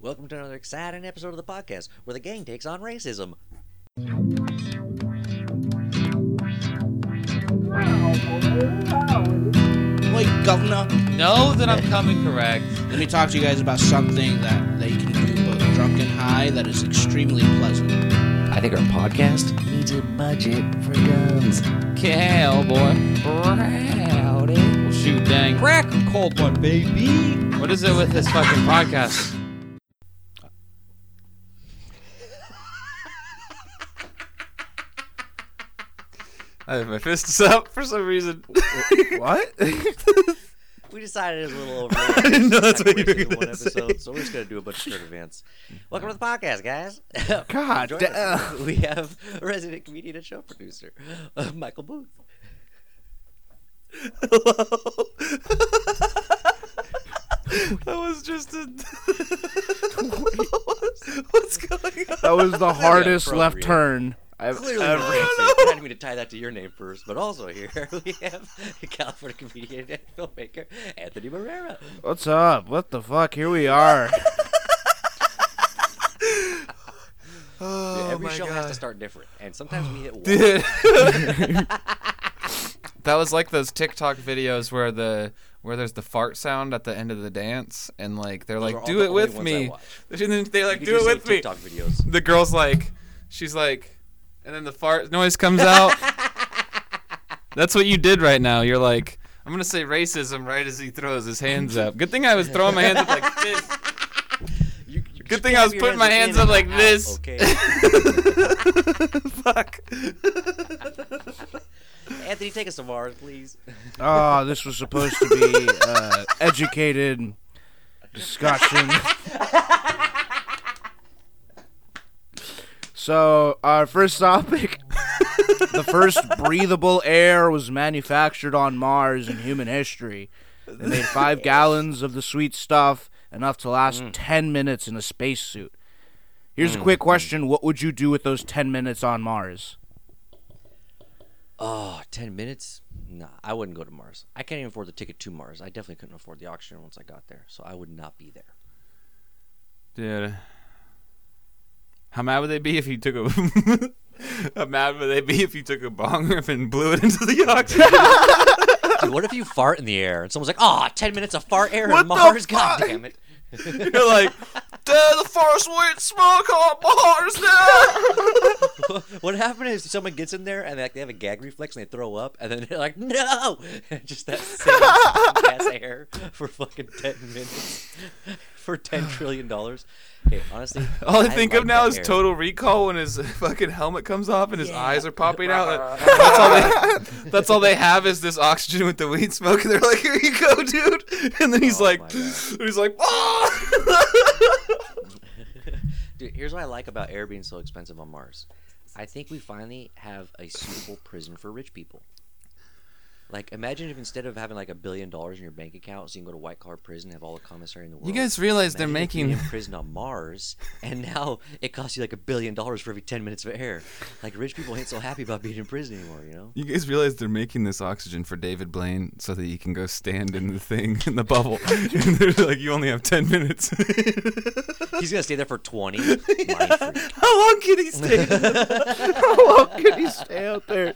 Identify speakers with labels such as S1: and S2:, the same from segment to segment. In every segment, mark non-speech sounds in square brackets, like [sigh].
S1: Welcome to another exciting episode of the podcast where the gang takes on racism.
S2: Wait, governor,
S3: Know that I'm coming correct.
S2: let me talk to you guys about something that they can do both drunk and high that is extremely pleasant.
S1: I think our podcast needs a budget for guns.
S3: Hell, boy. Rowdy. Well, shoot, dang. Crack a cold one, baby. What is it with this fucking
S4: [laughs]
S3: podcast?
S5: I have my fists up for some
S3: [laughs]
S5: reason. what?
S1: We decided it was a
S5: [laughs]
S1: little over.
S5: I didn't know that's what you were
S1: Racism one
S5: gonna say.
S1: episode, So we're just going to do a bunch of
S5: [laughs]
S1: current events. Welcome to the podcast, guys.
S5: God
S1: Joining us, [laughs]
S5: damn.
S1: We have resident comedian and show producer, uh, Michael Booth.
S5: Hello. [laughs] that was just a. [laughs]
S1: [laughs]
S5: What's going on?
S4: That was the hardest
S1: appropriate.
S4: left turn I've
S1: Clearly,
S4: ever.
S1: we're racist. We're not going to tie that to your name first, but also here [laughs] we have the California comedian and filmmaker Anthony Barrera.
S4: What's up? What the fuck? Here we
S3: [laughs]
S4: are.
S5: [laughs] Oh
S1: Every
S5: my
S1: show
S5: God.
S1: has to start different, and sometimes
S5: [gasps]
S1: we hit one.
S5: Dude.
S1: [laughs]
S5: that was like those TikTok videos where the where there's the fart sound at the end of the dance, and like they're
S1: are all
S5: like, "Do
S1: the
S5: it
S1: only
S5: with
S1: ones I
S5: me."
S1: watch.
S5: And then [laughs] they like,
S1: You
S5: "Do it
S1: say
S5: with me."
S1: TikTok videos.
S5: the girl's like, she's like, and then the fart noise
S1: [laughs]
S5: comes out. That's what you did right now. You're like, I'm gonna say racism right as he throws his hands up. Good thing I was throwing my hands
S1: [laughs]
S5: up like this. [laughs]
S1: You, you
S5: Good
S1: just
S5: thing I
S1: have
S5: was
S1: your
S5: putting my
S1: in
S5: hands
S1: and
S5: up like
S1: out,
S5: this.
S1: Okay.
S5: [laughs] Fuck. [laughs]
S1: [laughs] Anthony, take us to Mars, please.
S4: Oh, this was supposed to be uh, educated discussion. So, our first topic the first breathable air was manufactured on Mars in human history. They made five gallons of the sweet stuff, enough to last 10 minutes in a spacesuit. Here's a quick question What would you do with those 10 minutes on [laughs] Mars?
S1: Oh, 10 minutes? Nah, I wouldn't go to Mars. I can't even afford the ticket to Mars. I definitely couldn't afford the oxygen once I got there, so I would not be there.
S5: Dude, how mad would they be if you took a? [laughs] how mad would they be if you took a bong rip and blew it into the oxygen?
S1: Dude, what if you fart in the air and someone's like, "Ah, 10 minutes of fart air
S5: What
S1: in
S5: the
S1: Mars? God
S5: fuck?
S1: damn it. [laughs]
S5: You're like, Duh, the forest went smoke on Mars now.
S1: what happened is someone gets in there and like, they have a gag reflex and they throw up and then they're like, no! [laughs] Just that same
S5: [laughs]
S1: gas air for fucking 10 minutes for $10 trillion. Hey, honestly.
S5: All I think
S1: like
S5: of now
S1: that
S5: is
S1: air.
S5: Total Recall when his fucking helmet comes off and his
S1: Yeah.
S5: eyes are popping out. That- That's all they. That's all they have is this oxygen with the weed smoke, and they're like, "Here you go, dude." And then he's
S1: Oh
S5: like,
S1: my God.
S5: and he's like, "Ah!" "Oh!"
S1: Dude, here's what I like about air being so expensive on Mars. I think we finally have a suitable prison for rich people. Like, imagine if instead of having like a billion dollars in your bank account, so you can go to white collar prison, have all the commissary in the world.
S5: You guys realize they're
S1: Imagine if you
S5: making- [laughs]
S1: were in prison on Mars, and now it costs you like a billion dollars for every ten minutes of air. Like rich people ain't so happy about being in prison anymore, you know?
S5: you guys realize they're making this oxygen for David Blaine so that he can go stand in the thing in the [laughs] bubble. and they're like, "You only have ten [laughs] minutes."
S1: He's gonna stay there for
S5: [laughs]
S1: twenty. Mind freak.
S5: How long can he
S1: [laughs]
S5: stay? [laughs]
S4: How long could he stay out there?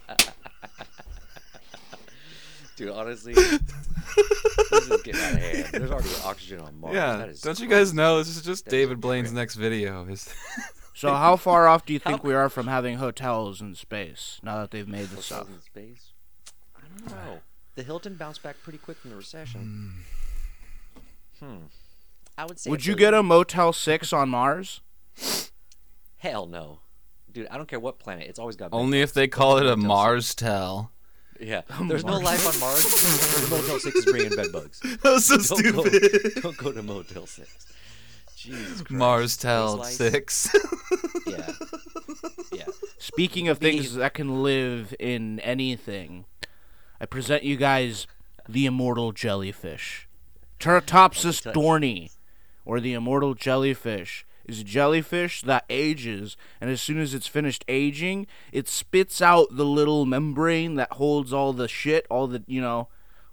S1: Dude,
S5: [laughs]
S1: honestly, this is getting out of hand. There's already oxygen on Mars.
S5: yeah,
S1: That is
S5: don't you guys know this is just
S1: That's
S5: David Blaine's next video? [laughs] Is
S4: So how far off do you think we are from having hotels in space now that they've made this
S1: Hotels
S4: up?
S1: in space? I don't know. The Hilton bounced back pretty quick from the recession. Hmm. I would say.
S4: Would you get a Motel 6 on Mars?
S1: Hell no, dude. I don't care what planet. It's always
S4: Oh,
S1: got.
S5: Only if they call it a Mars tell.
S1: Yeah. There's no life on
S4: [laughs]
S1: Mars. Motel Six is bringing bed bugs.
S5: That was so
S1: Don't go, [laughs] don't go to Motel Six. Jesus Christ.
S5: Mars tell
S1: Space lice.
S5: [laughs] six.
S4: [laughs]
S1: Yeah. Yeah.
S4: Speaking of
S1: Bees.
S4: things that can live in anything, I present you guys the immortal jellyfish. Teratopsis
S1: touch.
S4: dorni, or the immortal jellyfish, is a jellyfish that ages, and as soon as it's finished aging, it spits out the little membrane that holds all the shit, all the, you know,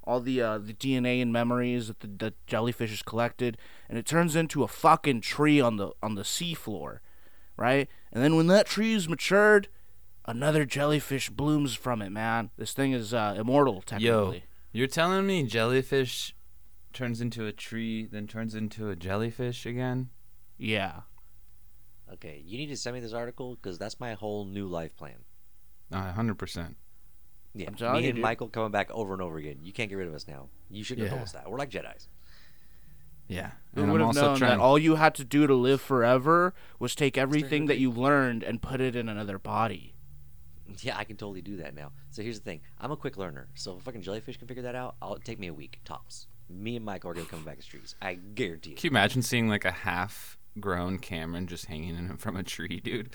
S4: all the uh, the DNA and memories that the, the jellyfish has collected, and it turns into a fucking tree on the on the seafloor, right? And then when that tree is matured, another jellyfish blooms from it. Man, this thing is uh, immortal
S5: Yo,
S4: technically.
S5: you're telling me jellyfish turns into a tree, then turns into a jellyfish again?
S4: Yeah.
S1: Okay, you need to send me this article because that's my whole new life plan.
S5: Uh, 100%.
S1: Yeah,
S4: I'm telling
S1: me
S4: you,
S1: and
S4: dude.
S1: Michael coming back over and over again. You can't get rid of us now. You shouldn't have
S5: Yeah.
S1: told us that. We're like Jedi's.
S5: Yeah.
S4: Who would have known that all you had to do to live forever was take everything that you learned and put it in another body?
S1: Yeah, I can totally do that now. So here's the thing: I'm a quick learner. So if a fucking jellyfish can figure that out, I'll it'll take me a week tops. Me and Michael are gonna come back as trees. I guarantee it.
S5: [laughs] Can you imagine seeing like a half grown Cameron just hanging in from a tree,
S1: [laughs]
S5: dude?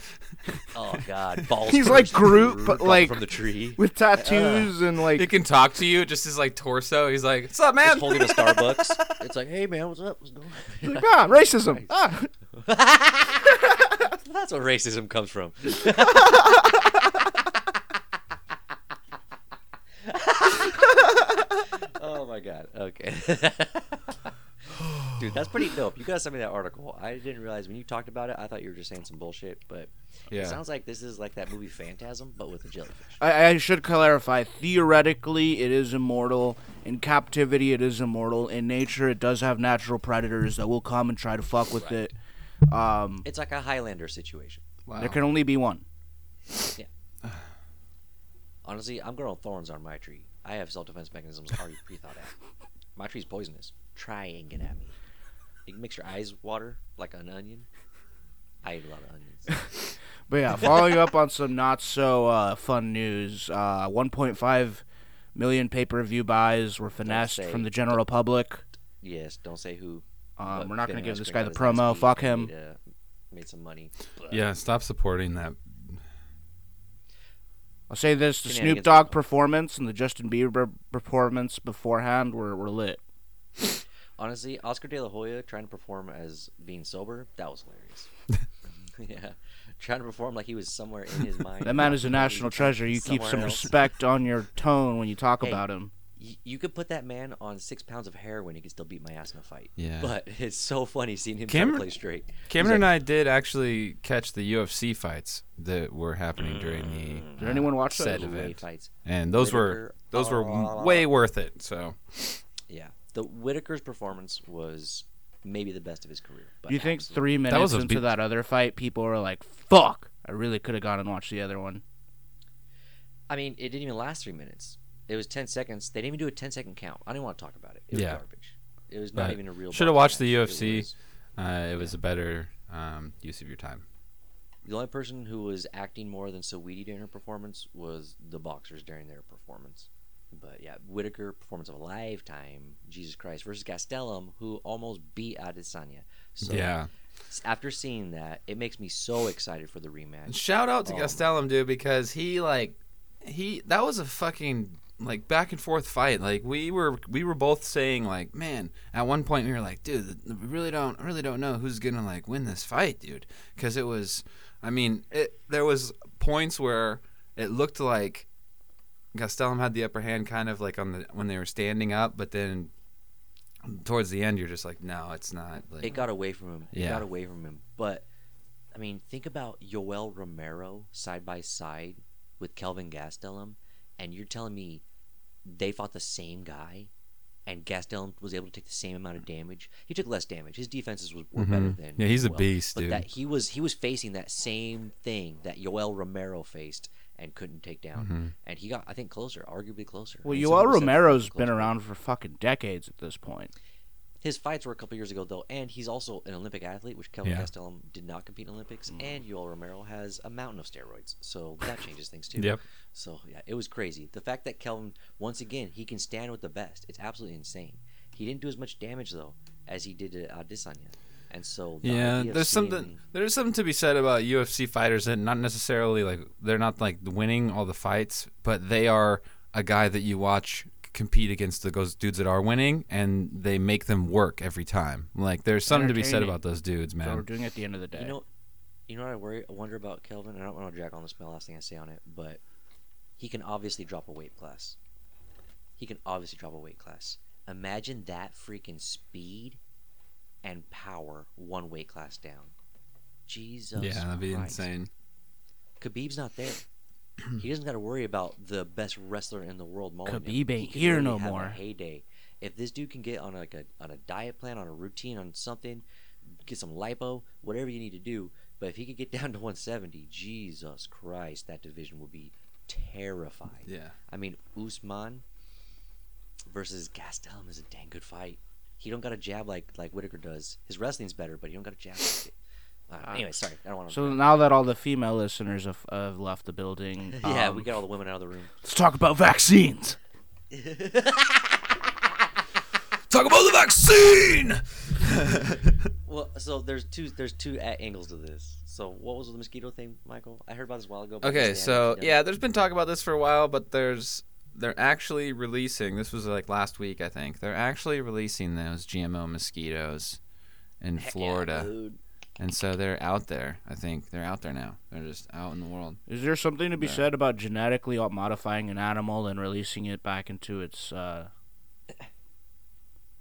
S1: Oh
S4: [laughs]
S1: God, balls.
S4: He's like
S1: bursting
S4: Groot,
S1: through
S4: but,
S1: from-
S4: like-
S1: from the tree.
S4: With tattoos and
S5: He
S4: like
S5: can talk to you, just his like torso. He's like, "What's up, man?"
S1: Just holding a Starbucks. It's like, hey man, what's up? What's going? on?"
S4: [laughs] like, ah, racism. Ah.
S1: [laughs] That's where racism comes from. [laughs] oh my god. Okay. [laughs] Dude, that's pretty dope. You gotta send me that article. I didn't realize when you talked about it, I thought you were just saying some bullshit, but
S5: [laughs] Yeah.
S1: it sounds like this is like that movie Phantasm, but with a jellyfish.
S4: I, I should clarify. Theoretically, it is immortal. In captivity, it is immortal. In nature, it does have natural predators that will come and try to fuck with it. Um,
S1: It's like a Highlander situation.
S4: There can only be one.
S1: Honestly, I'm growing thorns on my tree. I have self defense mechanisms already pre thought out. My tree's poisonous. Try and get at me. It makes your eyes water like an onion. I eat a lot of
S4: [laughs]
S1: onions.
S4: But yeah, following up on some not so uh, fun news, uh, 1.5 million pay-per-view buys were finessed
S1: say-
S4: from the general public.
S1: yes, don't say who.
S4: Um,
S1: but
S4: we're not going
S1: Finn
S4: to give
S1: Ice
S4: this
S1: Cream
S4: guy
S1: got
S4: the
S1: his ass
S4: promo.
S1: beat.
S4: Fuck
S1: He
S4: him.
S1: Made, uh, made some money.
S5: Yeah, stop supporting that.
S4: I'll say this: the
S1: Shenanigans
S4: Snoop
S1: with
S4: Dogg
S1: Dogg.
S4: performance and the Justin Bieber performance beforehand were,
S1: [laughs]
S4: were lit.
S1: Honestly, Oscar De La Hoya trying to perform as being sober, that was
S4: [laughs]
S1: hilarious. [laughs] yeah. Trying to perform like he was somewhere in
S4: [laughs]
S1: his mind.
S4: That man
S1: not
S4: is a
S1: completely
S4: national treasure. You keep
S1: somewhere
S4: some
S1: else.
S4: respect on your tone when you talk
S1: Hey.
S4: about him.
S1: you, you could put that man on six pounds of heroin, he could still beat my ass in a fight.
S5: Yeah.
S1: But [laughs] it's so funny seeing him try to
S5: Cameron-
S1: play straight.
S5: Cameron and I did actually catch the UFC fights that were happening during the. uh,
S4: Did anyone watch
S5: said
S4: those?
S1: Way
S5: event,
S1: fights.
S5: and those were
S1: Whitaker,
S5: those were
S1: blah, blah, blah,
S5: way worth it. So
S1: Yeah. The Whitaker's performance was maybe the best of his career. But
S4: You think
S1: absolutely-
S4: three minutes
S5: was a
S4: into
S5: big-
S4: that other fight, people were like, "Fuck! I really could have gone and watched the other one."
S1: I mean, it didn't even last three minutes. It was 10 seconds. They didn't even do a 10 second count. I didn't want to talk about it. It was
S5: Yeah.
S1: garbage. It was not
S5: Right.
S1: even a real
S5: Shoulda
S1: boxing
S5: watched the
S1: match. It
S5: UFC.
S1: was-
S5: uh, it was a better um, use of your time.
S1: the only person who was acting more than Saweetie during her performance was the boxers during their performance. But yeah, Whitaker, performance of a lifetime, Jesus Christ, versus Gastelum, who almost beat Adesanya. So
S5: yeah.
S1: s- after seeing that, it makes me so excited for the rematch.
S5: Shout out to
S1: Um,
S5: Gastelum, dude, because he like he that was a fucking like back and forth fight. Like we were we were both saying like, man, at one point we were like, dude, we really don't I really don't know who's gonna like win this fight, dude, because it was, I mean, it there was points where it looked like Gastelum had the upper hand, kind of like on the when they were standing up, but then towards the end you're just like, no, it's not. Like,
S1: It got away from him. It
S5: Yeah.
S1: got away from him. But I mean, think about Yoel Romero side by side with Kelvin Gastelum, and you're telling me they fought the same guy, and Gastelum was able to take the same amount of damage. He took less damage. His defenses was, were better
S5: Mhm.
S1: than.
S5: Yeah, he's a
S1: Yoel.
S5: beast,
S1: but
S5: dude.
S1: That he was he was facing that same thing that Yoel Romero faced and couldn't take down,
S5: Mm-hmm.
S1: and he got I think closer, arguably closer.
S4: Well,
S1: I mean, some people
S4: Yoel
S1: said
S4: Romero's
S1: closer,
S4: been
S1: but-
S4: around for fucking decades at this point.
S1: his fights were a couple years ago though, and he's also an Olympic athlete, which Kelvin
S5: Yeah.
S1: Gastelum did not compete in Olympics, and Yoel Romero has a mountain of steroids, so that changes things too.
S5: Yep.
S1: So yeah, it was crazy. The fact that Kelvin once again he can stand with the best, it's absolutely insane. He didn't do as much damage though as he did to uh, Adesanya, and so the
S5: Yeah,
S1: idea of
S5: there's
S1: seeing-
S5: something there's something to be said about UFC fighters that not necessarily like they're not like winning all the fights, but they are a guy that you watch compete against the those dudes that are winning, and they make them work every time. Like there's something to be said
S4: Entertaining.
S5: about those dudes,
S4: So we're
S5: man.
S4: doing it at the end of the day.
S1: You know, you know what I worry, I wonder about Kelvin. and I don't want to drag on this. My last thing I say on it, but he can obviously drop a weight class. he can obviously drop a weight class. Imagine that freaking speed and power one weight class down. Jesus.
S5: yeah, that'd be
S1: Christ.
S5: insane.
S1: Khabib's not
S4: [clears throat]
S1: there. he doesn't got to worry about the best wrestler in the world. mauling him.
S4: Khabib
S1: He
S4: ain't
S1: can
S4: here
S1: literally
S4: no
S1: have a
S4: more.
S1: heyday. If this dude can get on like a on a diet plan, on a routine, on something, get some lipo, whatever you need to do. But if he could get [laughs] down to 170, Jesus Christ, that division would be terrified.
S5: Yeah.
S1: I mean, Usman versus Gastelum is a dang good fight. He don't got a jab like like Whitaker does. His wrestling's better, but he don't got a jab. Like it. Uh, anyway, sorry, I don't want to.
S4: Ah. So now that all the female listeners have, have left the building,
S1: [laughs] [laughs] yeah,
S4: um,
S1: we got all the women out of the room.
S4: let's talk about vaccines.
S5: Talk about the vaccine. [laughs]
S1: Well, so there's two there's two a- angles to this. So what was the mosquito thing, Michael? I heard about this a while ago. but
S5: Okay,
S1: they
S5: so
S1: haven't done it.
S5: yeah, there's been talk about this for a while, but there's they're actually releasing. This was like last week, I think. They're actually releasing those GMO mosquitoes in
S1: Heck yeah,
S5: Florida,
S1: dude.
S5: and so they're out there. I think they're out there now. They're just out in the world.
S4: Is there something to be
S5: No.
S4: said about genetically modifying an animal and releasing it back into its uh,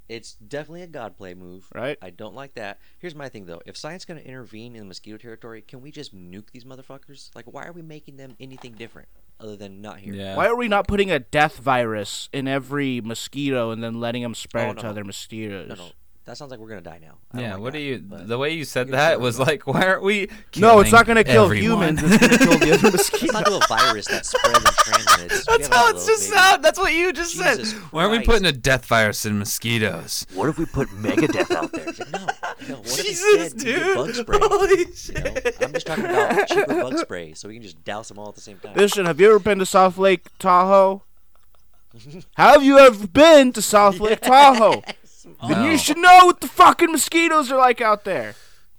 S1: It's definitely a god play move.
S4: right?
S1: I don't like that. Here's my thing though: if science gonna intervene in the mosquito territory, can we just nuke these motherfuckers? Like, why are we making them anything different other than not here?
S4: Why are we not putting a death virus in every mosquito and then letting them spread
S1: Oh,
S4: it
S1: no,
S4: to
S1: no.
S4: other mosquitoes?
S1: No, no, that sounds like we're gonna die now. I don't
S5: Yeah,
S1: like
S5: what
S1: that,
S5: do you?
S1: Oh but-
S5: The way you said
S1: You're
S5: that
S1: sure
S5: was
S1: about
S5: like, why aren't we?
S4: No, it's not
S5: killing
S4: going to kill
S5: everyone?
S4: humans. It's going to kill the
S1: [laughs]
S5: [laughs]
S4: other
S1: Let's
S4: mosquitoes.
S1: not do a virus that spreads and transmits. We
S5: That's
S1: have a
S5: how it's
S1: little
S5: just
S1: baby.
S5: sound. That's what you just
S1: Jesus
S5: said. Why aren't we
S1: Christ.
S5: putting a death virus in mosquitoes?
S1: What if we put Megadeth out there? It's like, no, no. What
S5: [laughs] Jesus,
S1: if instead we did
S5: dude.
S1: bug spray?
S5: Holy
S1: You know?
S5: shit.
S1: I'm just talking
S4: [laughs]
S1: about cheaper bug spray, so we can just douse them all at the same time.
S4: Listen, have you ever been to South Lake
S1: [laughs]
S4: Tahoe? have you ever been to South
S1: [laughs]
S4: Lake Tahoe? Then
S5: No.
S4: you should know what the fucking mosquitoes are like out there.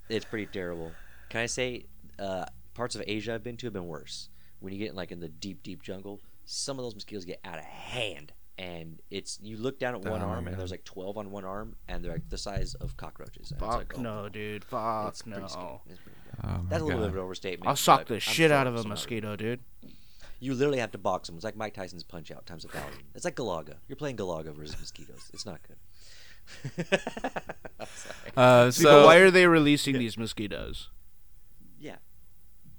S1: It's pretty terrible. Can I say, uh, parts of Asia I've been to have been worse. When you get like in the deep, deep jungle, some of those mosquitoes get out of hand, and it's you look down at one
S5: Oh,
S1: arm,
S5: man.
S1: and there's like 12 on one arm, and they're like the size of cockroaches. And it's like,
S4: Fuck
S1: oh,
S4: no, dude. Fuck
S1: it's pretty scary.
S4: no.
S1: It's pretty bad.
S5: Oh my
S1: That's a little bit
S5: God.
S1: of an overstatement.
S4: I'll suck
S1: but
S4: the
S1: I'm
S4: shit
S1: sure
S4: out of a
S1: some are.
S4: mosquito, dude.
S1: You literally have to box them. It's like Mike Tyson's punch out times a thousand. It's like Galaga. You're playing Galaga versus mosquitoes. It's not
S4: [laughs]
S1: good. I'm sorry.
S5: Uh,
S4: So, why
S5: so
S4: are they releasing these mosquitoes?
S1: Yeah.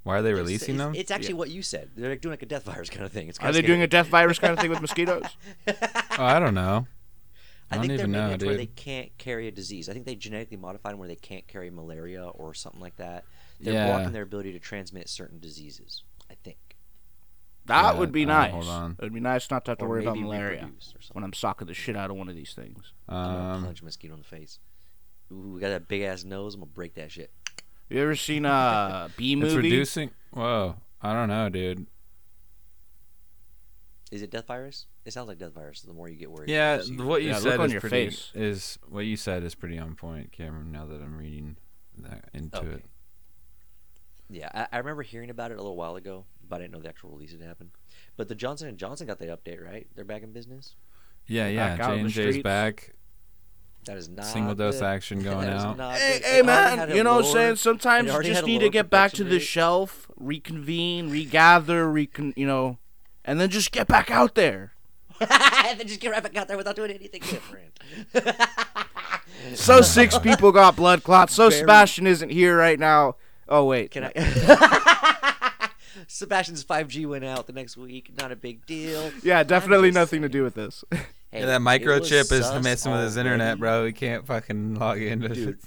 S5: why are they
S1: It's-
S5: releasing
S1: it's,
S5: them?
S1: It's actually what you said. They're like doing like a death virus kind of thing. It's
S4: Are they doing a death virus kind of thing with mosquitoes?
S1: [laughs]
S5: Oh, I don't know. I
S1: I think
S5: don't
S1: they're
S5: even
S1: making
S5: know,
S1: it to where
S5: dude.
S1: they can't carry a disease. I think they genetically modified them where they can't carry malaria or something like that. They're
S5: Yeah.
S1: blocking their ability to transmit certain diseases. I think.
S4: [laughs] That
S5: Yeah,
S4: would be
S5: uh,
S4: nice.
S5: hold on.
S4: It would be nice not to have to
S1: or
S4: worry about
S1: maybe
S4: malaria
S1: reproduce or something.
S4: when I'm sucking the shit out of one of these things.
S1: I'm gonna
S5: Um,
S1: punch a mosquito in the face. Ooh, we got that big ass nose. I'm gonna break that shit.
S4: You ever seen
S5: [laughs]
S4: a bee
S5: it's
S4: movie?
S5: reducing. Whoa, I don't know, dude.
S1: Is it death virus? It sounds like death virus. The more you get worried.
S5: Yeah,
S1: the more
S5: what you
S4: Yeah,
S5: said
S4: look on
S5: is
S4: your
S5: pretty.
S4: face.
S5: Is what you said is pretty on point, Cameron. Now that I'm reading that into
S1: Okay.
S5: it.
S1: Yeah, I, I remember hearing about it a little while ago, but I didn't know the actual release had happened. But the Johnson and Johnson got that update, right? They're back in business.
S5: Yeah, yeah.
S4: Back out
S5: J
S4: in
S5: and
S4: the
S5: J's
S4: streets.
S5: back.
S1: That is not
S5: Single dose
S1: good.
S5: action going
S1: [laughs] That is
S5: out.
S1: not
S4: Hey,
S1: good. They
S4: hey
S1: already had
S4: man,
S1: it
S4: you know what I'm
S1: lowered.
S4: saying? Sometimes
S1: They
S4: you
S1: already
S4: just
S1: had a
S4: need to
S1: lower
S4: get back to
S1: infection
S4: the
S1: rate.
S4: shelf, reconvene, regather, recon, you know, and then just get back out there.
S1: [laughs] and then just get right back out there without doing anything different. [laughs]
S5: [laughs]
S4: So six people got blood clots. So
S1: Very-
S4: Sebastian isn't here right now. Oh wait,
S1: Can I? [laughs] Sebastian's 5G went out the next week. Not a big deal.
S4: Yeah, definitely
S1: just
S4: nothing to
S1: saying.
S4: do with this.
S1: Hey,
S5: yeah, that
S1: it was
S5: microchip is
S1: sus
S5: messing with his internet,
S1: already.
S5: bro. He can't fucking log into
S1: Dude.
S5: it.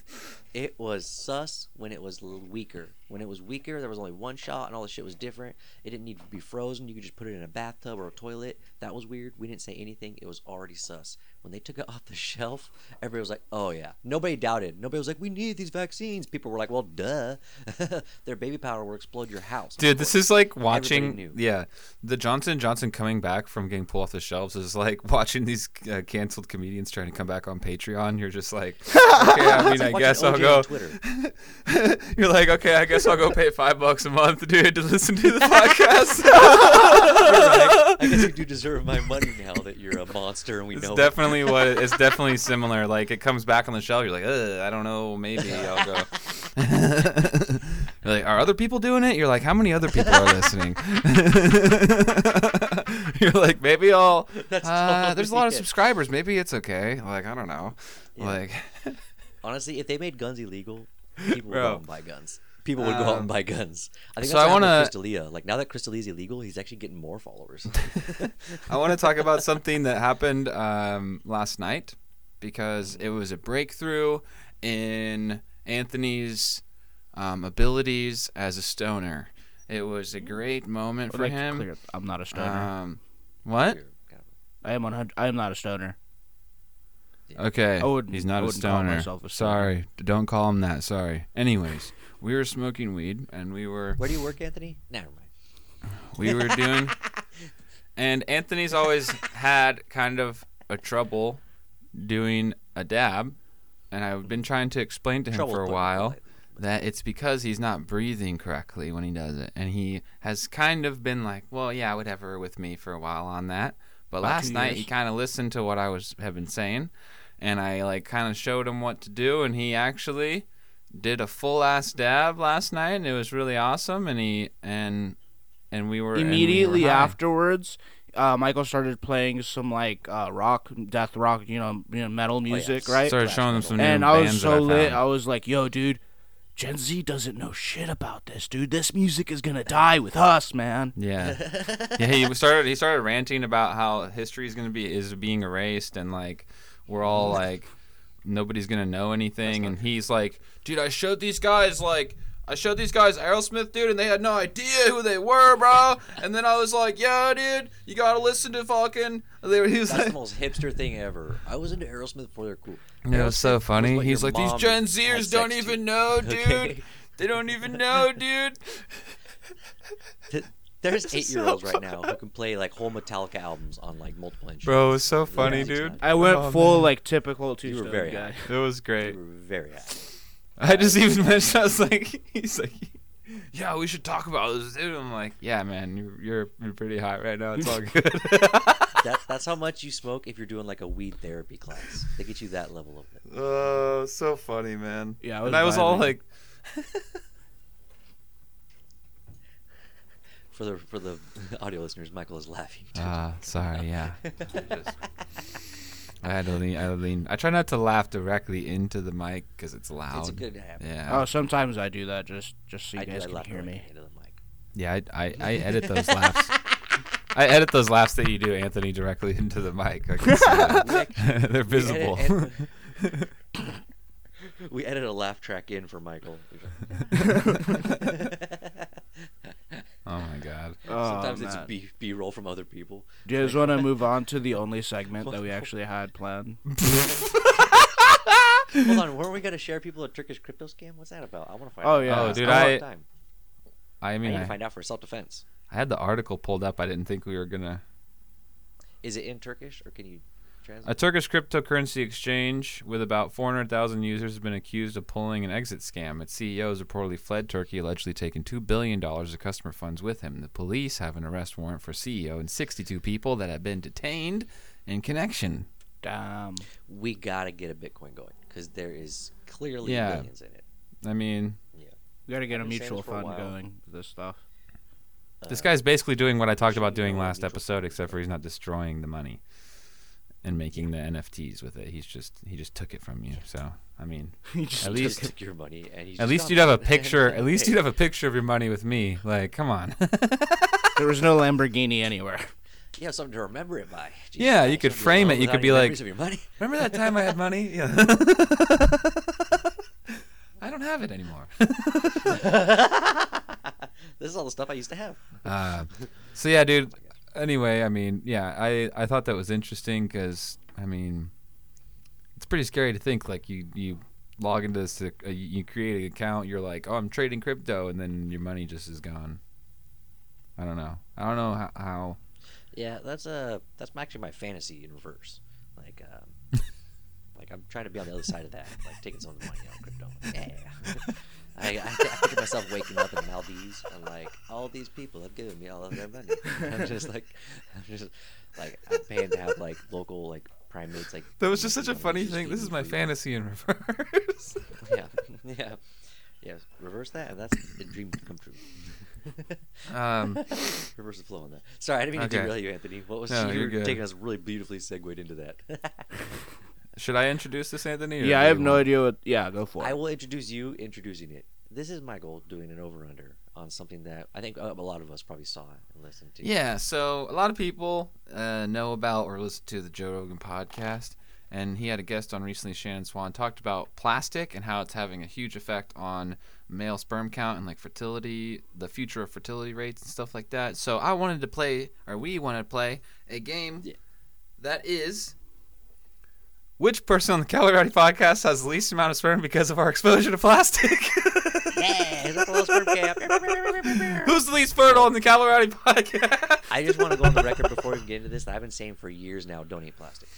S1: It was sus when it was l- weaker. When it was weaker, there was only one shot and all the shit was different. It didn't need to be frozen. You could just put it in a bathtub or a toilet. That was weird. We didn't say anything. It was already sus. When they took it [laughs] off the shelf, everybody was like, oh yeah. Nobody doubted. Nobody was like, we need these vaccines. People were like, well, duh. [laughs] Their baby powder will explode your house.
S5: Dude, this is like watching.
S1: knew.
S5: Yeah, the Johnson and Johnson coming back from getting pulled off the shelves is like [laughs] watching these uh, canceled comedians trying to come back on Patreon. You're
S1: [laughs]
S5: just like, okay, I mean, I guess I'll go.
S1: Twitter.
S5: [laughs] You're like, okay, I guess I'll go pay five bucks a month, [laughs] dude, to listen to
S1: [laughs]
S5: the podcast.
S1: I guess you do deserve my money now that you're a monster and we
S5: it's
S1: know. it.
S5: definitely
S1: [laughs]
S5: what. It's definitely similar.
S1: [laughs]
S5: Like it comes back on the shelf. You're like, Ugh, I don't know, maybe I'll go. You're like, are other people doing it? You're like, how many other people are listening? [laughs] You're like, maybe I'll.
S1: That's
S5: uh, there's a lot of
S1: totally it.
S5: subscribers. Maybe it's okay. Like, I don't know. Like,
S1: Honestly, if they made guns
S5: [laughs]
S1: illegal, people would
S5: Bro.
S1: go out and buy guns. People would go out and
S5: Um,
S1: buy guns. I think
S5: so
S1: that's
S5: I
S1: what happened
S5: wanna-
S1: with Crystalia. Like now that Crystalia's illegal, he's actually getting more
S5: [laughs]
S1: followers. [laughs]
S5: I want to talk about something that happened um, last night because it was a breakthrough in Anthony's um, abilities as a stoner. It was a great moment
S4: I'd
S5: for
S4: like to
S5: him.
S4: clear up, I'm not a stoner.
S5: Um, what?
S4: I am 100. I am not a stoner.
S5: Okay.
S4: I wouldn't-
S5: He's not
S4: I
S5: a
S4: wouldn't call
S5: stoner.
S4: myself a stoner.
S5: Sorry. Don't call him that. Sorry. Anyways, we were smoking weed and we were
S1: Where do you work, Anthony? Never mind.
S5: we were doing and Anthony's always had kind of a trouble doing a dab and I've been trying to explain to him
S1: Trouble's
S5: for a
S1: putting it
S5: while
S1: politely.
S5: that it's because he's not breathing correctly when he does it and he has kind of been like, "Well, yeah, whatever with me for a while on that." But
S4: About
S5: last
S4: two
S5: night
S4: years.
S5: he kind of listened to what I was have been saying and I like kind of showed him what to do and he actually did a full ass dab last night and it was really awesome and he and and we were and we were
S4: Immediately
S5: high.
S4: afterwards, uh, Michael started playing some like uh, rock, death rock, you know, you know,
S1: Oh,
S4: metal music, right?
S5: started showing them some new
S4: and I was
S5: bands
S4: so
S5: that I
S4: lit. I
S5: found.
S4: was like, "Yo, dude, Gen Z doesn't know shit about this, dude. This music is gonna die with us, man." [laughs]
S5: Yeah, yeah. He started he started ranting about how history is gonna be is being erased and like we're all
S1: Mm.
S5: like nobody's gonna know anything and he's like, dude, I showed these guys like. I showed these guys Aerosmith, dude, and they had no idea who they were, bro. And then I was like, "Yeah, dude, you gotta listen to fucking." They were, he was
S1: [laughs] That's
S5: like,
S1: the most hipster thing ever. I was into Aerosmith before they're cool.
S5: Yeah, it was so
S1: Aerosmith
S5: funny.
S1: what
S5: He's
S1: your
S5: like, these
S1: mom
S5: Gen
S1: had
S5: Zers
S1: sex
S5: don't
S1: to."
S5: even know, dude.
S1: [laughs] Okay.
S5: They don't even know,
S1: [laughs]
S5: dude.
S1: Th-
S5: [laughs]
S1: There's
S5: is
S1: eight year olds
S5: so
S1: right now who can play like whole Metallica albums on like multiple instruments.
S5: Bro, it was so
S1: funny,
S5: funny, dude.
S1: dude.
S4: I went
S5: Oh,
S4: full like typical two
S1: were
S4: stone
S1: very
S4: guy.
S5: It was
S1: We
S5: great.
S1: were very happy.
S5: I just even [laughs] mentioned, I was like, he's like, yeah, we should talk about this, dude. I'm like, yeah, man, you're, you're, you're pretty hot right now. [laughs] It's all good.
S1: That, that's how much you smoke if you're doing like a weed therapy class. They get you that level of it.
S5: Oh, so funny, man.
S4: Yeah, I was
S5: and I was all
S4: vibing.
S5: like,
S1: [laughs] For the for the audio listeners, Michael is laughing. [laughs]
S5: ah, sorry, [laughs] yeah. I had to lean. I lean. I try not to laugh directly into the mic because it's loud.
S1: it's a good habit.
S5: Yeah.
S4: Oh, sometimes I do that just just so you
S1: I do.
S4: guys
S1: I
S4: can
S1: laugh
S4: hear
S1: right
S4: me.
S1: into the mic.
S5: Yeah, I, I,
S1: [laughs]
S5: I edit those laughs. I edit those laughs that you do, Anthony, directly into the mic. I can see them. [laughs] They're visible.
S1: and- We edit a laugh track in for Michael.
S5: [laughs] [laughs]
S1: [laughs]
S5: oh my [laughs] god.
S1: Sometimes
S4: Oh,
S1: it's
S4: man.
S1: B B roll from other people.
S4: Do you guys want to move on to the only
S1: [laughs]
S4: segment that we actually had planned?
S1: Hold on, weren't we gonna share people a Turkish crypto scam? What's that about? I want to find.
S4: Oh,
S1: out.
S4: yeah. Oh,
S5: dude,
S1: I'm out of
S5: I-
S1: time.
S5: I
S1: I
S5: mean,
S1: need
S5: I,
S1: to find out for self defense.
S5: I had the article pulled up. I didn't think we were gonna.
S1: Is it in Turkish or can you translate?
S5: A Turkish cryptocurrency exchange with about 400,000 users has been accused of pulling an exit scam. Its CEO has reportedly fled Turkey, allegedly taking $2 billion of customer funds with him. The police have an arrest warrant for CEO and 62 people that have been detained in connection.
S4: Damn.
S1: we gotta get a Bitcoin going because there is clearly
S5: Yeah.
S1: billions in it.
S5: I mean,
S4: We gotta get a
S1: I've been saying
S4: mutual
S1: this for a
S4: fund
S1: while.
S4: going with this stuff.
S5: This guy's basically doing what I talked about
S1: should we
S5: doing
S1: go
S5: last
S1: neutral?
S5: episode, except for he's not destroying the money and making the NFTs with it. He's just he just took it from you. So I mean,
S4: [laughs]
S5: at
S1: Just [laughs]
S5: least
S1: took your money and he's
S5: at
S1: just
S5: least
S1: gone.
S5: you'd
S1: [laughs]
S5: have a picture. At least you'd have a picture of your money with me. Like, come on.
S4: there was no Lamborghini anywhere.
S1: you have something to remember it by. Jesus
S5: Yeah, you
S1: Christ,
S5: could
S1: don't be
S5: frame
S1: alone
S5: it. You
S1: without
S5: could
S1: any
S5: be like-
S1: memories of your money.
S5: Remember that time I had money? Yeah. I don't have it anymore. [laughs]
S1: This is all the stuff I used to have.
S5: Uh, so yeah, dude. Anyway, I mean, yeah, I I thought that was interesting because I mean, it's pretty scary to think like you you log into this uh, you- you create an account, you're like, oh, I'm trading crypto, and then your money just is gone. I don't know. I don't know how. how
S1: Yeah, that's uh that's my- actually my fantasy in reverse. Like
S5: [laughs]
S1: um, like I'm trying to be on the other side of that, like taking some of the money out of
S5: [laughs]
S1: crypto. Yeah. I, I, I picture myself waking up in Maldives and like all these people have given me all of their money. I'm just like, I'm just like I'm paying to have like local like primates like. eat me [laughs] and, like, just feed me food.
S5: fantasy in reverse.
S1: Yeah, yeah, yeah. Reverse that. That's a dream come true.
S5: [laughs]
S1: [laughs]
S5: Um,
S1: Reverse the flow on that. Sorry, I didn't mean
S5: Okay.
S1: to derail you, Anthony. What was
S5: No,
S1: you
S5: you're
S1: were
S5: good.
S1: taking us really beautifully segued into that. [laughs]
S5: should I introduce this, Anthony?
S4: [laughs]
S5: or
S4: Yeah, I
S5: do
S4: have
S5: you
S4: no
S5: want-
S4: idea what. Yeah, go for
S1: I
S4: it.
S1: will introduce you introducing it. This is my goal doing an over under on something that I think uh, a lot of us probably saw and listened to.
S5: Yeah, so a lot of people uh, know about or listen to the Joe Rogan podcast, and he had a guest on recently, Shannon Swan, talked about plastic and how it's having a huge effect on male sperm count and like fertility, the future of fertility rates and stuff like that. So I wanted to play, or we wanted to play, a game
S1: Yeah.
S5: that is. Which person on the Calorie podcast has the least amount of sperm because of our exposure to plastic?
S1: Yeah, is that the little sperm
S5: [laughs]
S1: [laughs] cap?
S5: Who's the least fertile on the Calorie podcast?
S1: I just want to go on the record before we get into this that I've been saying for years now, don't eat plastic.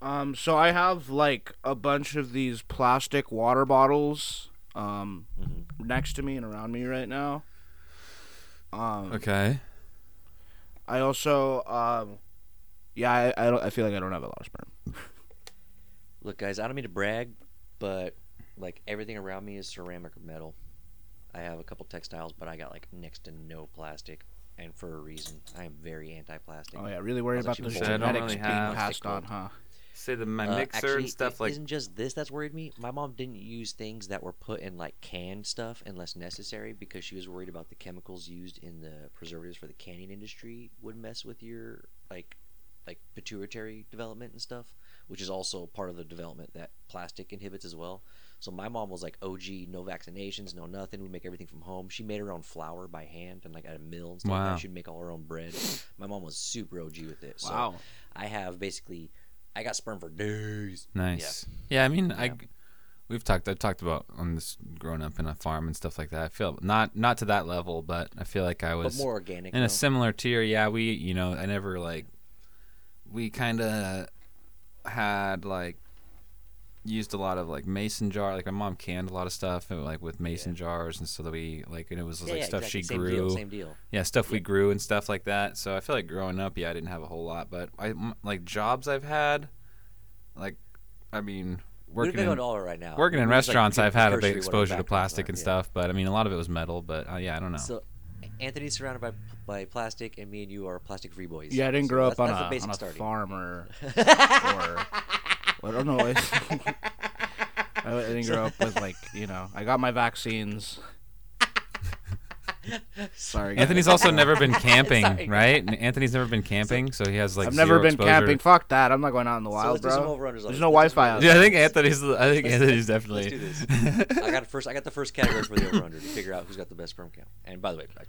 S4: Um, so I have like a bunch of these plastic water bottles, um,
S1: Mhm.
S4: next to me and around me right now. Um,
S5: [laughs] Okay.
S4: I also, um, yeah, I, I don't. I feel like I don't have a lot of sperm.
S1: Look, guys, I don't mean to brag, but like everything around me is ceramic or metal. I have a couple textiles, but I got like next to no plastic, and for a reason. I am very anti-plastic.
S4: Oh yeah, really worried
S1: That's
S4: about
S1: what
S4: those
S1: you
S5: said. I don't
S4: genetics
S5: really
S4: being
S5: have-
S4: passed on, huh?
S5: Say the my
S1: Uh,
S5: mixer
S1: actually,
S5: and stuff
S1: it
S5: like
S1: isn't just this that's worried me. My mom didn't use things that were put in like canned stuff unless necessary because she was worried about the chemicals used in the preservatives for the canning industry would mess with your like like pituitary development and stuff, which is also part of the development that plastic inhibits as well. So my mom was like OG, no vaccinations, no nothing. We make everything from home. She made her own flour by hand and like at a mill and stuff. like that.
S5: Wow.
S1: She'd make all her own bread. My mom was super OG with it. So
S4: Wow.
S1: I have basically I got sperm for days.
S5: Nice. Yeah, I mean, I
S1: Yeah.
S5: we've talked. I've talked about on this growing up in a farm and stuff like that. I feel not not to that level, but I feel like I
S1: But
S5: was
S1: more organic.
S5: in
S1: though.
S5: a similar tier. Yeah, we you know I never like we kind of had like used a lot of like mason jar like my mom canned a lot of stuff and like with mason jars and so that we like and it was
S1: Yeah,
S5: like
S1: yeah,
S5: stuff
S1: exactly.
S5: she
S1: same
S5: grew
S1: Deal, same deal.
S5: yeah stuff we grew and stuff like that so i feel like growing up yeah i didn't have a whole lot but i m- like jobs i've had like i mean
S1: We're
S5: working
S1: going
S5: in,
S1: to all right now.
S5: working in
S1: We're just, like,
S5: restaurants
S1: giving
S5: i've had a
S1: cursory
S5: big
S1: what our
S5: exposure to
S1: backgrounds
S5: plastic
S1: are,
S5: and
S1: yeah.
S5: stuff but i mean a lot of it was metal but uh, yeah i don't know
S1: So, [laughs] Anthony's surrounded by by plastic, and me and you are plastic free boys.
S4: Yeah, I didn't
S1: So
S4: grow up
S1: that's-
S4: on
S1: that's the basic
S4: a, on
S1: [laughs]
S4: a
S1: starting.
S4: farm or, or I don't know. [laughs] it's- I didn't grow up with like you know. I got my vaccines. Sorry, guys.
S5: anthony's also never been
S1: [laughs]
S5: camping
S1: Sorry.
S5: right And anthony's never been camping so he has like
S4: I've never
S5: zero
S4: been
S5: exposure.
S4: camping. Fuck that. I'm not going out in the
S1: So
S4: wild,
S1: let's do some
S4: bro.
S1: overrunners on
S4: There's
S1: this.
S4: no
S1: Let's do some
S4: Wi-Fi out
S1: overrunners.
S5: Dude, I think Anthony's. I think Anthony's
S1: Let's
S5: definitely.
S1: do
S5: [laughs]
S1: this. [laughs] I [laughs] got a first. I got the first category for the over under to figure out who's got the best sperm count. And by the way, I,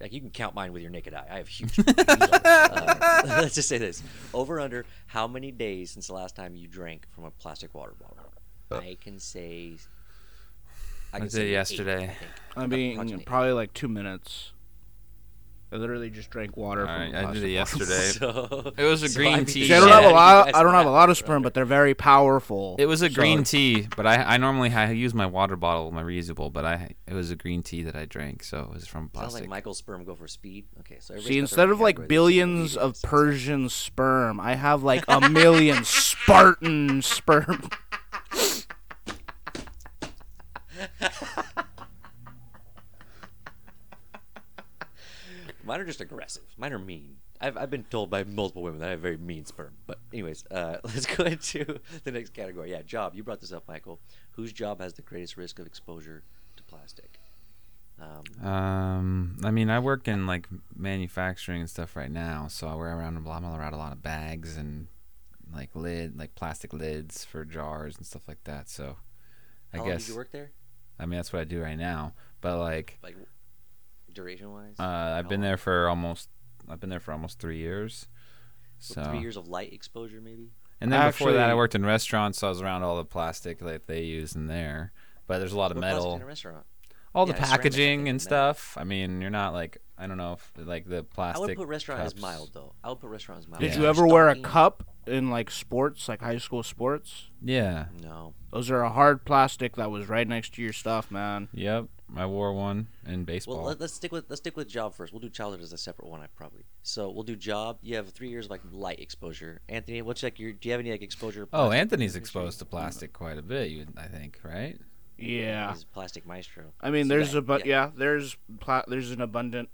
S1: like you can count mine with your naked eye. I have huge.
S5: [laughs]
S1: uh, let's just say this: over under. How many days since the last time you drank from a plastic water bottle?
S5: Uh,
S1: I can say. I
S5: did
S1: eight,
S5: yesterday.
S1: I think.
S4: I mean,
S1: Approximately.
S4: probably like two minutes. I literally just drank water.
S5: All
S4: from
S5: right,
S4: a
S5: I did
S4: plastic
S5: it
S4: bottle.
S5: yesterday.
S1: [laughs] So,
S5: It was a
S1: so
S5: green
S1: mean,
S4: [laughs]
S5: tea.
S4: See,
S1: yeah,
S4: I don't have
S1: you
S4: a lot.
S1: guys
S4: I don't
S1: can
S4: have a
S1: have
S4: lot
S1: it,
S4: of sperm,
S1: right?
S4: but they're very powerful.
S5: It was a
S4: So-
S5: green tea, but I, I normally ha- use my water bottle, my reusable, but I it was a green tea that I drank, so it was from
S1: Sounds
S5: plastic.
S1: like Michael's sperm go for speed. Okay, so everybody's got
S4: See,
S1: their
S4: instead
S1: own
S4: of like
S1: category. This
S4: billions
S1: is what we
S4: of
S1: do.
S4: Persian sperm, I have like
S1: [laughs]
S4: a million Spartan
S5: [laughs]
S4: sperm.
S1: Mine are just aggressive. Mine are mean. I've, I've been told by multiple women that I have very mean sperm. But anyways, uh, [laughs] let's go into the next category. Yeah, job. You brought this up, Michael. Whose job has the greatest risk of exposure to plastic? Um,
S5: Um, I mean, I work in like manufacturing and stuff right now, so I wear around I'm around a lot of bags and like lid, like plastic lids for jars and stuff like that. So, I
S1: how long
S5: guess
S1: did you work there?
S5: I mean that's what I do right now. But like,
S1: Like duration wise?
S5: uh, I've been there for almost I've been there for almost three years. So
S1: Three years of light exposure, maybe.
S5: And then before that, I
S4: Actually-
S5: worked in restaurants, so I was around all the plastic that they use in there. But there's a lot of
S1: What plastic
S5: metal,
S1: in a restaurant.
S5: all the
S1: Yeah, ceramic, I
S5: packaging
S1: think,
S5: and
S1: metal.
S5: stuff. I mean, you're not like I don't know, if, like the
S1: I
S5: plastic.
S1: would put restaurant as
S5: cups.
S1: mild though. I would put restaurant as mild.
S4: Did
S5: Yeah.
S4: you ever wear a
S1: Stocking-
S4: cup in like sports, like high school sports?
S5: Yeah.
S1: No.
S4: Those are a hard plastic that was right next to your stuff, man.
S5: Yep. I wore one in baseball.
S1: Well, let, let's stick with let's stick with job first. We'll do childhood as a separate one, I probably. So we'll do job. You have three years of, like light exposure. Anthony, what's like your? Do you have any like exposure?
S5: oh,
S1: plastic
S5: Anthony's
S1: exposure?
S5: exposed to plastic quite a bit. You, I think, right?
S4: Yeah.
S1: He's Plastic Maestro.
S4: I mean, there's
S1: Today,
S4: a but
S1: yeah.
S4: yeah. there's pla- there's an abundance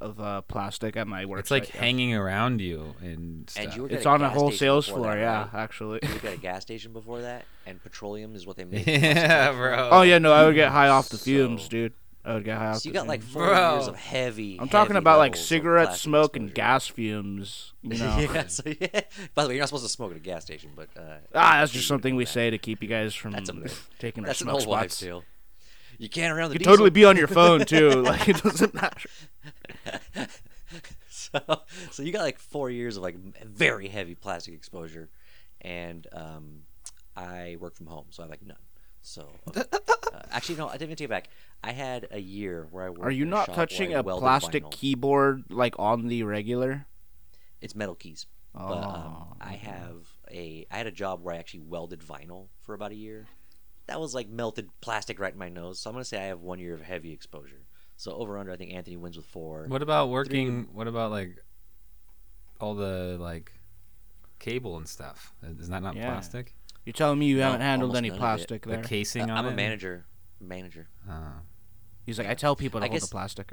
S4: of uh, plastic at my work.
S3: It's like
S4: site, yeah.
S3: hanging around you and stuff.
S5: [laughs]
S1: And you were at
S4: It's on a
S1: gas station
S4: whole sales
S1: before
S4: floor,
S1: that,
S4: yeah,
S1: right?
S4: [laughs] actually.
S1: You worked at a gas station before that, and petroleum is what they
S5: [laughs]
S1: make.
S3: yeah, bro.
S4: Oh yeah, no, I would get high off the fumes,
S1: So-
S4: dude. I would get high off.
S1: So you
S4: the
S1: got like
S4: fumes.
S1: four
S5: Bro.
S1: years of heavy.
S4: I'm talking
S1: heavy
S4: about like
S1: levels of
S4: cigarette
S1: plastic
S4: smoke and
S1: exposure.
S4: gas fumes.
S1: [laughs]
S4: You know.
S1: yeah, so yeah. By the way, you're not supposed to smoke at a gas station, but uh,
S4: Ah, that's just
S1: you
S4: something
S1: do
S4: we
S1: that.
S4: say to keep you guys from
S1: That's a myth.
S4: taking our
S1: That's an
S4: smoke
S1: old wives'
S4: spots.
S1: tale. You can't around the.
S4: You could totally
S1: diesel.
S4: be on your
S1: [laughs]
S4: phone too. Like it doesn't matter.
S1: so, so you got like four years of like m- very heavy plastic exposure, and um, I work from home, so I have like none. So
S4: [laughs]
S1: uh, actually, no, I didn't take it back. I had a year where I worked.
S4: Are you
S1: in a
S4: not
S1: shop where
S4: touching
S1: I
S4: a
S1: welded
S4: plastic
S1: vinyl.
S4: keyboard like on the regular?
S1: It's metal keys.
S4: Oh,
S1: But um, I have a I had a job where I actually welded vinyl for about a year. That was like melted plastic right in my nose. So I'm gonna say I have one year of heavy exposure. So over under, I think Anthony wins with four.
S3: What about working? What about like all the like cable and stuff? Is that not
S4: Yeah.
S3: plastic?
S4: you're telling me you
S1: No,
S4: haven't handled
S1: almost
S4: any
S1: none of it.
S4: plastic there?
S3: The casing
S1: Uh,
S3: on
S1: I'm
S3: it.
S1: a manager. Manager.
S5: Ah,
S3: Oh.
S4: He's like, I tell people to
S1: I
S4: hold
S1: guess-
S4: the plastic.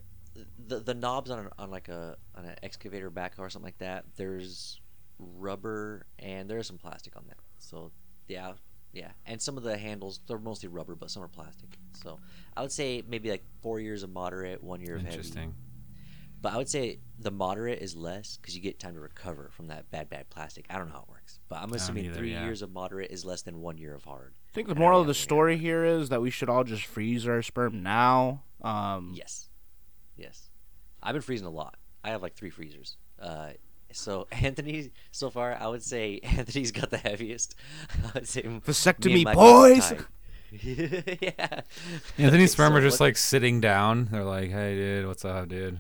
S1: The the knobs on an, on like a on an excavator backhoe or something like that. There's rubber and there's some plastic on that. So yeah, yeah. And some of the handles they're mostly rubber, but some are plastic. So I would say maybe like four years of moderate, one year of heavy.
S3: Interesting.
S1: But I would say the moderate is less because you get time to recover from that bad, bad plastic. I don't know how it works, but I'm assuming
S3: either,
S1: three
S3: yeah.
S1: years of moderate is less than one year of hard.
S4: I think the
S1: And
S4: moral
S1: everything
S4: of the
S1: else we
S4: story here is that we should all just freeze our sperm now. Um,
S1: Yes, yes. I've been freezing a lot. I have like three freezers. Uh, so [laughs] Anthony, so far, I would say [laughs] Anthony's got the heaviest. [laughs] I would say
S4: Vasectomy,
S1: me and Mike are
S4: boys!
S1: tied. [laughs] yeah.
S3: Anthony's
S1: Okay,
S3: sperm
S1: [laughs] so
S3: are just
S1: what-
S3: like sitting down. They're like, "Hey, dude, what's up, dude?"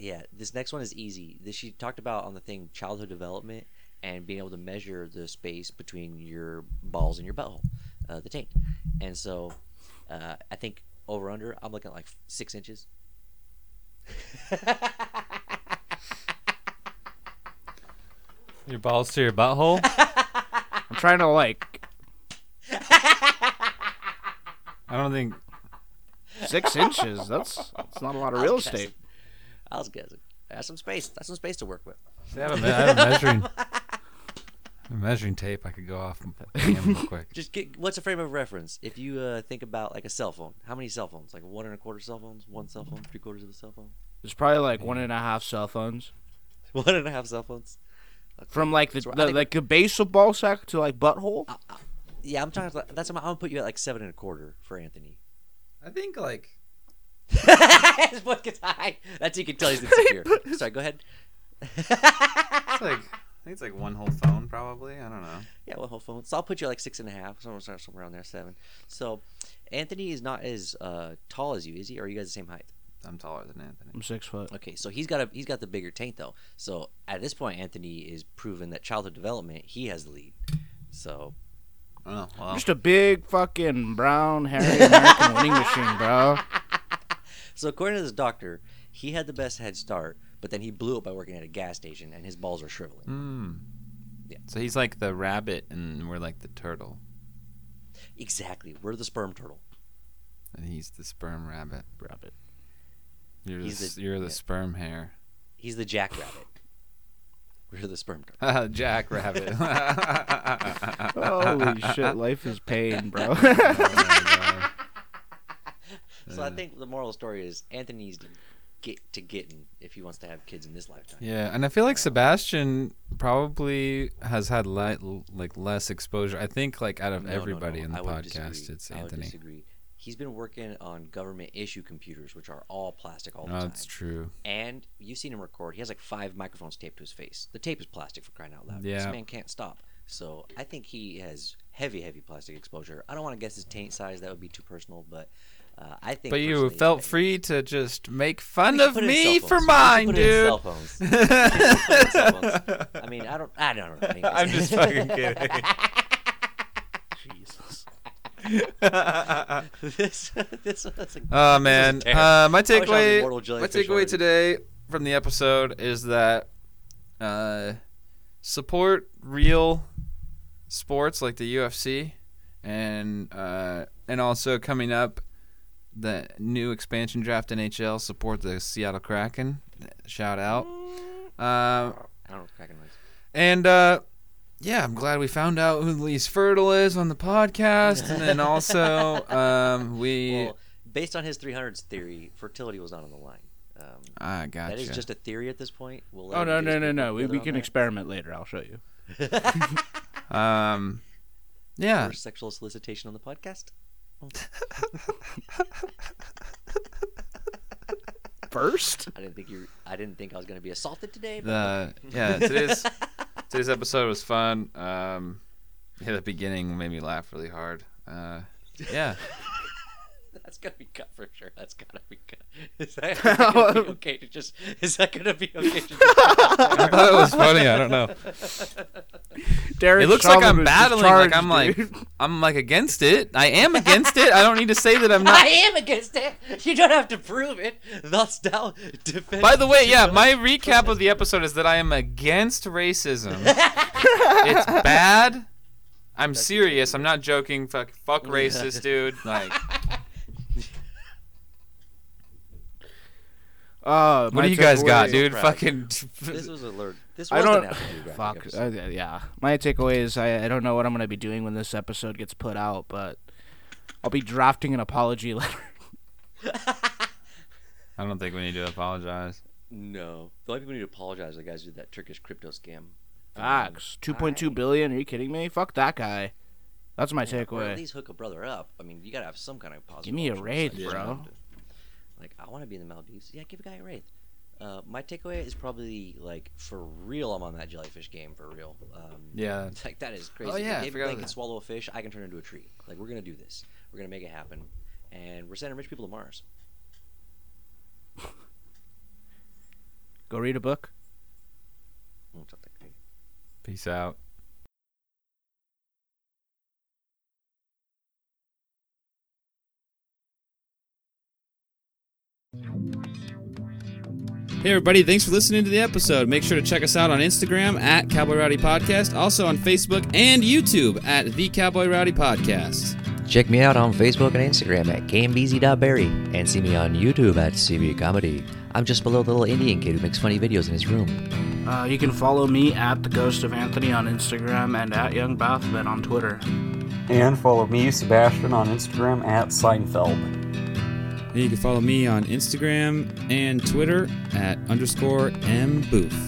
S1: Yeah, this next one is easy. This she talked about on the thing childhood development and being able to measure the space between your balls and your butthole, uh, the taint. And so, uh, I think over under, I'm looking at like six
S4: [laughs]
S1: inches.
S3: Your balls to your butthole.
S4: I'm trying to like
S3: [laughs] I don't think.
S4: six inches. That's that's not a lot of real estate.
S1: I was guessing. That's some space. That's some space to work with.
S3: I have a, I have a [laughs] measuring. a measuring tape. I could go off and hand real
S5: [laughs]
S3: quick.
S1: Just get what's a frame of reference? If you uh, think about like a cell phone, how many cell phones? Like one and a quarter cell phones, one cell phone, three quarters of a cell phone, [laughs]
S4: There's probably like one and a half cell phones
S1: one and a half cell phones.
S4: from like the,
S1: So I
S4: the
S1: think- Oh.
S4: like the basal ball sack to like butthole.
S1: Yeah, I'm talking. That's I'm gonna put you at like seven and a quarter for Anthony. [laughs]
S3: I think like
S1: His voice gets high. That's how you can tell he's insecure. Sorry, go ahead. [laughs]
S5: It's like I think it's like one whole phone probably. I don't know.
S1: Yeah, well, whole phone. So I'll put you at, like six and a half, somewhere, somewhere somewhere around there, seven. So Anthony is not as uh, tall as you, is he? Or are you guys the same height?
S5: I'm taller than Anthony.
S4: I'm six foot.
S1: Okay, so he's got a he's got the bigger taint though. So at this point, Anthony is proven that childhood development he has the lead. So
S5: Oh well.
S4: Just a big fucking brown hairy
S1: [laughs]
S4: American winning machine, bro.
S1: so according to this doctor, he had the best head start, but then he blew it by working at a gas station, and his balls are shriveling.
S3: Hmm.
S5: Mm.
S1: Yeah.
S5: So he's like the rabbit, and we're like the turtle,
S1: Exactly, we're the sperm turtle.
S5: and he's the sperm rabbit.
S4: Rabbit.
S5: You're the,
S1: He's the-
S5: s you're the
S1: yeah.
S5: sperm hare.
S1: He's the jackrabbit. We're the sperm turtle.
S3: [laughs]
S5: Jack rabbit.
S1: [laughs]
S4: Holy shit, life is pain, bro.
S3: Oh
S1: So I think the moral of the story is Anthony needs to get to getting if he wants to have kids in this lifetime.
S3: Yeah, and I feel like Sebastian probably has had li- l- like less exposure. I think like out of
S1: No, no,
S3: everybody
S1: no,
S3: in the
S1: I would
S3: podcast,
S1: disagree.
S3: it's
S1: I would
S3: Anthony.
S1: disagree. He's been working on government issue computers, which are all plastic all the
S3: No,
S1: time.
S3: that's true.
S1: And you've seen him record. He has like five microphones taped to his face. The tape is plastic for crying out loud. This
S3: Yeah.
S1: man can't stop. So I think he has heavy, heavy plastic exposure. I don't want to guess his taint size. That would be too personal. But uh, I think.
S3: But you
S1: personally,
S3: felt
S1: I-
S3: free to just make
S1: We
S3: fun
S1: should
S3: of
S1: put it in cell
S3: me
S1: phones.
S3: for
S1: We should
S3: mine,
S1: put it in cell
S3: dude.
S1: phones. We should put it in cell phones. I mean, I don't. I don't know. anyways.
S3: [laughs] I'm just fucking kidding.
S4: Jesus.
S3: [laughs]
S1: [laughs] this. This was a
S3: Oh man,
S1: terrible.
S3: uh, my
S1: I wish I was
S3: takeaway,
S1: immortal
S3: my
S1: jellyfish
S3: takeaway
S1: already.
S3: today from the episode is that uh, support real sports like the UFC
S5: and uh, and also coming up, the new expansion draft NHL support the Seattle Kraken. Shout out. Uh,
S1: I don't know what Kraken was.
S5: and uh, yeah, I'm glad we found out who Lise Fertile is on the podcast, and
S1: [laughs]
S5: then also um, we.
S1: Well, based on his 300s theory, fertility was not on the line. Um,
S5: I gotcha.
S1: That is just a theory at this point. We'll let
S4: [laughs] Oh no no
S1: everybody's
S4: no no.
S1: put
S4: We,
S1: together
S4: we
S1: on
S4: can
S1: that.
S4: experiment later. I'll show you.
S5: um, yeah.
S1: Or sexual solicitation on the podcast.
S4: First,
S1: I didn't think you. I didn't think I was going to be assaulted today. But
S5: The
S1: [laughs]
S5: yeah today's today's episode was fun. Um, yeah, the beginning made me laugh really hard. Uh,
S1: [laughs]
S5: yeah.
S1: That's gonna be cut for sure. That's gotta be cut. [laughs] Is that gonna be okay to just? Is that gonna be okay to just?
S5: I thought it was funny. I don't know.
S4: Derek.
S5: It looks like
S4: Chauvin
S5: I'm
S4: was
S5: battling. Like
S4: discharged,
S5: I'm like
S4: dude.
S5: I'm like against it. I am against it. I don't need to say that I'm not.
S1: [laughs] I am against it. You don't have to prove it. Thus thou defend.
S5: By the way, yeah,
S1: [laughs]
S5: my recap of the episode is that I am against racism. [laughs]
S1: [laughs]
S5: it's
S4: [laughs]
S5: bad. I'm serious. I'm not joking. Fuck, fuck racist,
S1: [laughs]
S5: dude. Like,
S4: Oh,
S5: what
S4: my
S5: do you guys got,
S4: takeaway-
S5: dude?
S1: Right.
S5: Fucking.
S1: This
S5: [laughs]
S1: was a learn. This
S4: I
S1: was
S4: don't-
S1: an afternoon
S4: Fuck.
S1: graphic
S4: Uh,
S1: episode.
S4: yeah. My takeaway is I, I don't know what I'm going to be doing when this episode gets put out, but I'll be drafting an apology [laughs] letter.
S5: I don't think we need to apologize.
S1: No, the only people who need to apologize are the guys who did that Turkish crypto scam.
S4: Facts. Two point two
S1: alright.
S4: billion. Are you kidding me? Fuck that guy. That's my
S1: Or at
S4: takeaway.
S1: least hook a brother up. I mean, you gotta have some kind of positive.
S4: Give me a
S1: option
S4: raid,
S1: besides
S4: bro.
S1: trying to- Like, I want to be in the Maldives. Yeah, give a guy a raid. Uh, my takeaway is probably like for real. I'm on that jellyfish game for real. Um,
S5: Yeah.
S1: [laughs] like that is crazy.
S5: Oh, yeah, I
S1: if David
S5: forgot
S1: Blaine
S5: about
S1: can
S5: that.
S1: swallow a fish, I can turn into a tree. Like we're gonna do this. We're gonna make it happen, and we're sending rich people to Mars.
S4: Go read a book.
S1: Mm, something crazy.
S5: Peace out.
S3: Hey, everybody, thanks for listening to the episode. Make sure to check us out on Instagram at Cowboy Rowdy Podcast, also on Facebook and YouTube at The Cowboy Rowdy Podcast.
S1: Check me out on Facebook and Instagram at KMBZ.Berry and see me on YouTube at CB Comedy. I'm just below the little Indian kid who makes funny videos in his room.
S4: Uh, you can follow me at the Ghost of Anthony on Instagram and at Young Baphomet on Twitter.
S6: And follow me, Sebastian, on Instagram at Seinfeld.
S3: And you can follow me on Instagram and Twitter at underscore mbooth.